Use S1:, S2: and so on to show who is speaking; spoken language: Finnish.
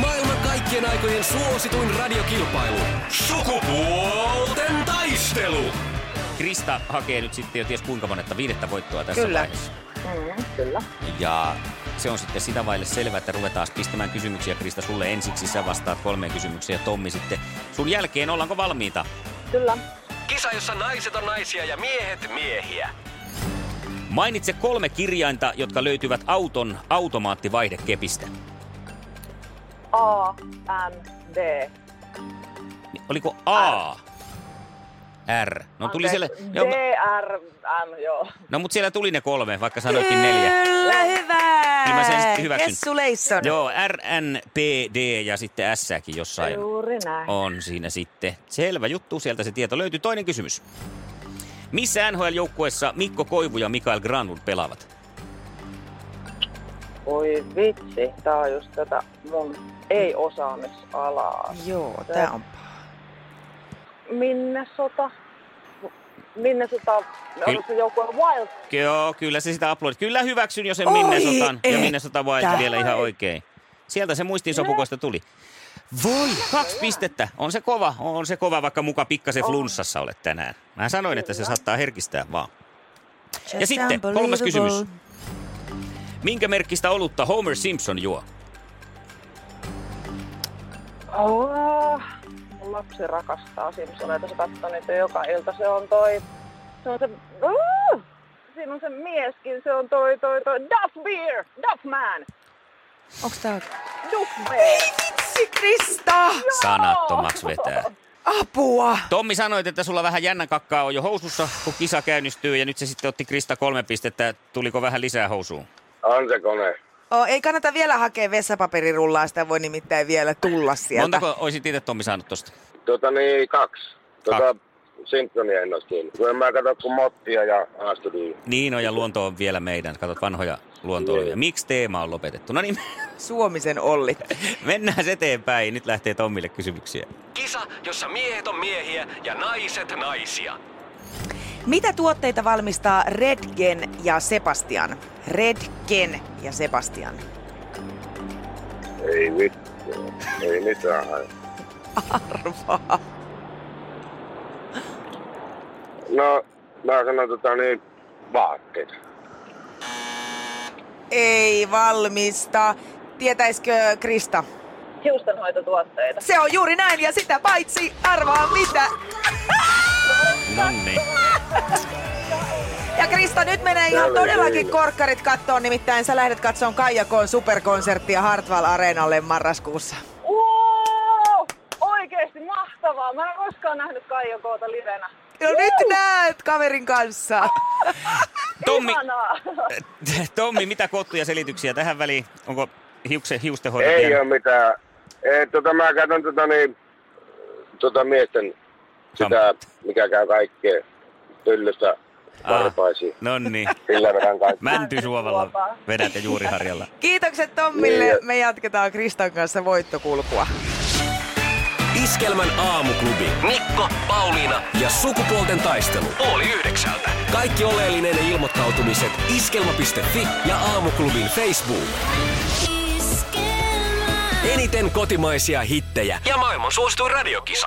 S1: Maailman kaikkien aikojen suosituin radiokilpailu. Sukupuolten taistelu.
S2: Krista hakee nyt sitten jo ties kuinka monetta viidettä voittoa tässä
S3: Kyllä.
S2: vaiheessa.
S3: Mm, kyllä.
S2: Ja se on sitten sitä vaille selvä, että ruvetaan pistämään kysymyksiä. Krista, sulle ensiksi sä vastaat kolmeen kysymykseen ja Tommi sitten sun jälkeen. Ollaanko valmiita?
S3: Kyllä.
S1: Kisa, jossa naiset on naisia ja miehet miehiä.
S2: Mainitse kolme kirjainta, jotka löytyvät auton automaattivaihdekepistä.
S3: A, M, D.
S2: Ni- Niin, Oliko A? R. No tuli siellä...
S3: Anteeksi,
S2: Joo, mä-
S3: D, R, M, joo.
S2: no mutta siellä tuli ne kolme, vaikka sanoitkin neljä.
S4: Kyllä, hyvä.
S2: Kyllä mä sen sitten hyväksyn.
S4: Jessu Leisson.
S2: Joo, R, N, P, D ja sitten S-säkin jossain.
S3: Juuri näin.
S2: On siinä sitten. Selvä juttu, sieltä se tieto löytyy. Toinen kysymys. Missä NHL-joukkueessa Mikko Koivu ja Mikael Granlund pelaavat?
S3: Voi vitsi, tää on just tätä mun ei-osaamisalaa.
S4: Joo, tää on paha.
S3: Minne sota? Minne sota?
S2: Kyllä.
S3: Onko se joku Wild?
S2: Joo, kyllä se sitä aplodit. Kyllä hyväksyn jo sen
S4: Oi
S2: Minnesotan ja
S4: että.
S2: Minnesota Wild vielä ihan oikein. Sieltä se muistiinsopukoista tuli. Voi, kaksi pistettä. On se kova, on se kova, vaikka muka pikkasen flunssassa olet tänään. Mä sanoin, että se saattaa herkistää vaan. Ja
S4: Just
S2: sitten kolmas kysymys.
S4: unbelievable.
S2: Minkä merkkistä olutta Homer Simpson juo?
S4: No!
S3: Oh, mun lapsi rakastaa Simpsoneita, se katsoo niitä joka ilta. Se on toi, se on se, oh, siinä on se mieskin, se on toi, toi, toi, Duff Beer, Duff Man,
S4: Onks tää...
S3: Duff Beer.
S4: Vitsi Krista!
S2: Sanattomaksi vetää.
S4: Apua!
S2: Tommi sanoit, että sulla vähän jännän kakkaa on jo housussa, kun kisa käynnistyy ja nyt se sitten otti Krista kolme pistettä. Tuliko vähän lisää housuun?
S5: On se kone.
S4: Oh, ei kannata vielä hakea vessapaperirullaa, sitä voi nimittäin vielä tulla sieltä.
S2: Montako olisit itse Tommi saanut tosta?
S5: Tota niin, kaksi. Tota,
S2: Kaksi.
S5: Simpsonia en olisi tiennyt. Kun en mä katso kuin Mottia ja niin Aastudia.
S2: Niino ja luonto on vielä meidän. Katsot vanhoja luontoja.
S5: Joo.
S2: Miksi teema on lopetettu? No niin,
S4: Suomisen Olli.
S2: mennään eteenpäin. Nyt lähtee Tommille kysymyksiä.
S1: Kisa, jossa miehet on miehiä ja naiset naisia.
S4: Mitä tuotteita valmistaa Redgen ja Sebastian? Redgen ja Sebastian.
S5: Ei vittu. Ei mitään.
S4: Arvaa.
S5: No, mä sanon tota niin, vaatteet.
S4: Ei valmista. Tietäisikö Krista?
S3: Hiustenhoitotuotteita.
S4: Se on juuri näin ja sitä paitsi arvaa mitä.
S2: No niin.
S4: Ja Krista, nyt menee ihan
S5: Tällä
S4: todellakin
S5: kyllä.
S4: korkkarit kattoon, nimittäin sä lähdet katsoon Kaijakoon superkonserttia Hartwall Areenalle marraskuussa.
S3: Wow! Oikeesti mahtavaa. Mä en koskaan nähnyt Kaijokoota livenä.
S4: No nyt näet kaverin kanssa.
S2: Tommi,
S3: Ihanaa.
S2: Tommi, mitä kottuja selityksiä tähän väliin? Onko hiuksen hiustenhoidot?
S5: Ei
S2: jäänyt?
S5: oo mitään. Ei, tota, mä katson tota niin, tota miesten sitä, mikä käy kaikkea tyllöstä
S2: Ah.
S5: varpaisiin.
S2: No niin.
S5: Sillä verran kaikki.
S2: Mänty Suovalla vedät ja juuriharjalla.
S4: Kiitokset Tommille.
S5: Niin.
S4: Me jatketaan Kristan kanssa voittokulkua.
S1: Iskelmän aamuklubi. Mikko, Pauliina ja sukupuolten taistelu. Oli yhdeksältä. Kaikki oleellinen ilmoittautumiset iskelma.fi ja aamuklubin Facebook. Eniten kotimaisia hittejä ja maailman suosituin radiokisa.